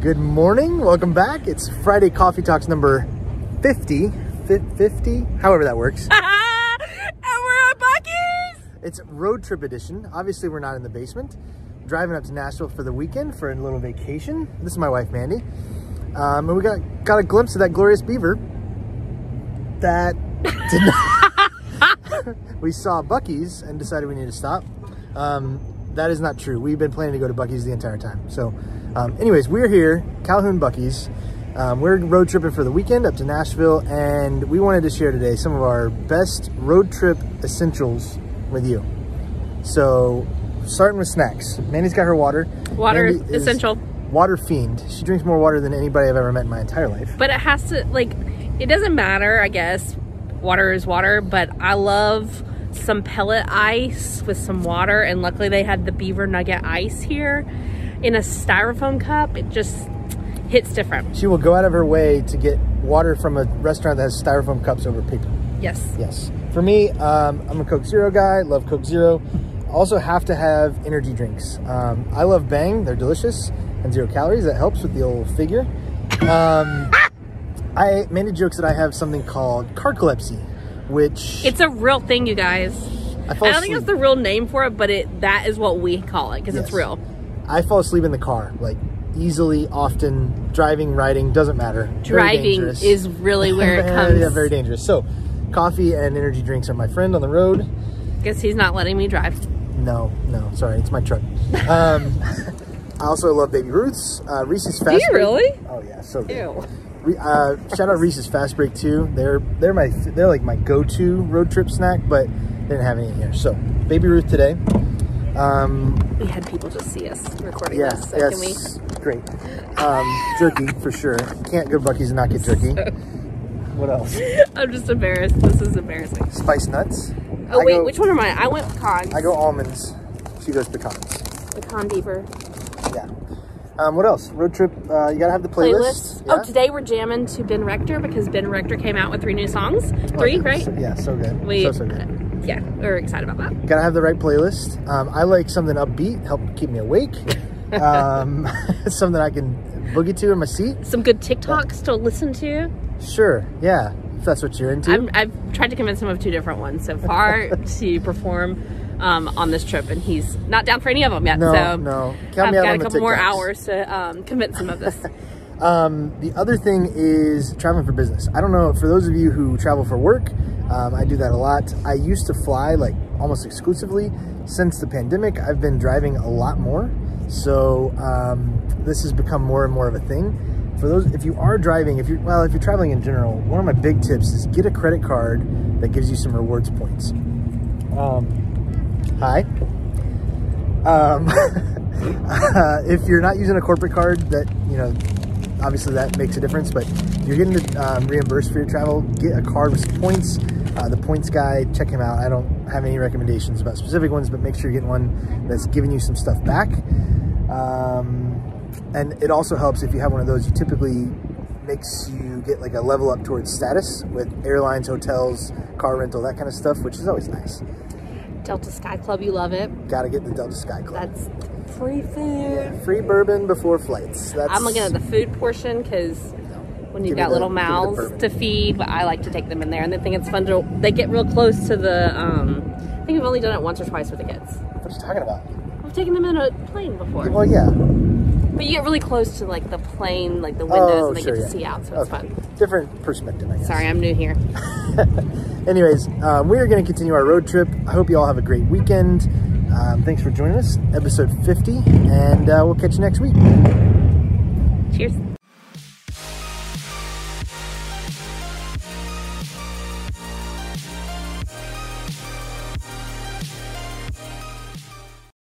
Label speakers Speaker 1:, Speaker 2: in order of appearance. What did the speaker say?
Speaker 1: Good morning. Welcome back. It's Friday Coffee Talks number 50. fif- 50, however that works.
Speaker 2: and we're on Bucky's.
Speaker 1: It's road trip edition. Obviously, we're not in the basement. Driving up to Nashville for the weekend for a little vacation. This is my wife, Mandy. Um, and we got, got a glimpse of that glorious beaver that did not. we saw Bucky's and decided we needed to stop. Um, that is not true. We've been planning to go to Bucky's the entire time. So, um, anyways, we're here, Calhoun Bucky's. Um, we're road tripping for the weekend up to Nashville, and we wanted to share today some of our best road trip essentials with you. So, starting with snacks. Mandy's got her water.
Speaker 2: Water is essential.
Speaker 1: Water fiend. She drinks more water than anybody I've ever met in my entire life.
Speaker 2: But it has to like it doesn't matter, I guess. Water is water, but I love some pellet ice with some water and luckily they had the beaver nugget ice here in a styrofoam cup. It just hits different.
Speaker 1: She will go out of her way to get water from a restaurant that has styrofoam cups over paper.
Speaker 2: Yes.
Speaker 1: Yes. For me, um, I'm a Coke Zero guy. Love Coke Zero. Also, have to have energy drinks. Um, I love Bang. They're delicious and zero calories. That helps with the old figure. Um, I Mandy jokes that I have something called cardcolepsy, which
Speaker 2: It's a real thing, you guys.
Speaker 1: I fall
Speaker 2: I don't think that's
Speaker 1: asleep-
Speaker 2: the real name for it, but it that is what we call it because it's
Speaker 1: Yes.
Speaker 2: real.
Speaker 1: I fall asleep in the car, like easily, often driving, riding doesn't matter. Very
Speaker 2: Driving
Speaker 1: dangerous.
Speaker 2: is really where it comes.
Speaker 1: yeah, very dangerous. So, coffee and energy drinks are my friend on the road.
Speaker 2: Guess he's not letting me drive.
Speaker 1: No, no, sorry, it's my truck. Um, I also love Baby Ruth's, uh, Reese's Fast
Speaker 2: you
Speaker 1: Break.
Speaker 2: really?
Speaker 1: Oh yeah, so good.
Speaker 2: Ew.
Speaker 1: Re- uh, shout out Reese's Fast Break too. They're they're my they're like my go-to road trip snack, but they didn't have any in here. So Baby Ruth today. Um,
Speaker 2: We had people just see us recording
Speaker 1: yeah,
Speaker 2: this. So can we-
Speaker 1: yes, great. Um, jerky for sure. Can't go to Bucky's and not get jerky. What else?
Speaker 2: I'm just embarrassed. This is embarrassing.
Speaker 1: Spice nuts.
Speaker 2: Oh
Speaker 1: I
Speaker 2: wait,
Speaker 1: go-
Speaker 2: which one am I? I went pecan.
Speaker 1: I go almonds. She goes pecans.
Speaker 2: pecan beaver
Speaker 1: Yeah. Um, what else? Road trip. Uh, you gotta have the playlist.
Speaker 2: playlist.
Speaker 1: Yeah.
Speaker 2: Oh, today we're jamming to Ben Rector because Ben Rector came out with three new songs.
Speaker 1: Oh,
Speaker 2: Three,
Speaker 1: yeah,
Speaker 2: right?
Speaker 1: so- yeah, so good.
Speaker 2: We,
Speaker 1: so so good.
Speaker 2: yeah, we're excited about that.
Speaker 1: Gotta have the right playlist. Um, I like something upbeat, help keep me awake. um, something I can boogie to in my seat.
Speaker 2: Some good TikToks to listen to.
Speaker 1: Sure. Yeah, if that's what you're into.
Speaker 2: I'm, I've tried to convince him of two different ones so far to perform um, on this trip, and he's not down for any of them yet.
Speaker 1: no,
Speaker 2: so
Speaker 1: no. Count
Speaker 2: I've
Speaker 1: me out
Speaker 2: got
Speaker 1: on
Speaker 2: a
Speaker 1: the
Speaker 2: couple more
Speaker 1: TikToks.
Speaker 2: hours to um, convince him of this.
Speaker 1: Um, the other thing is traveling for business. I don't know for those of you who travel for work. Um, I do that a lot. I used to fly like almost exclusively. Since the pandemic, I've been driving a lot more. So um, this has become more and more of a thing. For those, if you are driving, if you're well, if you're traveling in general, one of my big tips is get a credit card that gives you some rewards points. Um, hi. Um, uh, if you're not using a corporate card, that you know, obviously that makes a difference. But you're getting um, reimbursed for your travel. Get a card with some points. Uh, the points guy, check him out. I don't have any recommendations about specific ones, but make sure you're getting one that's giving you some stuff back. Um, and it also helps if you have one of those. You typically makes you get like a level up towards status with airlines, hotels, car rental, that kind of stuff, which is always nice.
Speaker 2: Delta Sky Club, you love it.
Speaker 1: Got to get the Delta Sky Club.
Speaker 2: That's free food.
Speaker 1: Free bourbon before flights. That's
Speaker 2: I'm looking at the food portion because when
Speaker 1: Give
Speaker 2: you've
Speaker 1: me
Speaker 2: got
Speaker 1: the-
Speaker 2: little
Speaker 1: give me the
Speaker 2: mouths
Speaker 1: bourbon.
Speaker 2: to feed, but I like to take them in there, and they think it's fun to. They get real close to the. Um, I think we've only done it once or twice with the kids.
Speaker 1: What are you talking about?
Speaker 2: I've taken them in a plane before,
Speaker 1: Well, yeah.
Speaker 2: but you get really close to like the plane, like the windows,
Speaker 1: Oh,
Speaker 2: and they
Speaker 1: sure,
Speaker 2: get to
Speaker 1: yeah.
Speaker 2: see out, so it's
Speaker 1: Okay.
Speaker 2: fun.
Speaker 1: Different perspective, I guess.
Speaker 2: Sorry, I'm new here.
Speaker 1: Anyways, um, we are going to continue our road trip. I hope you all have a great weekend. Um, thanks for joining us, episode 50, and uh, we'll catch you next week.
Speaker 2: Cheers.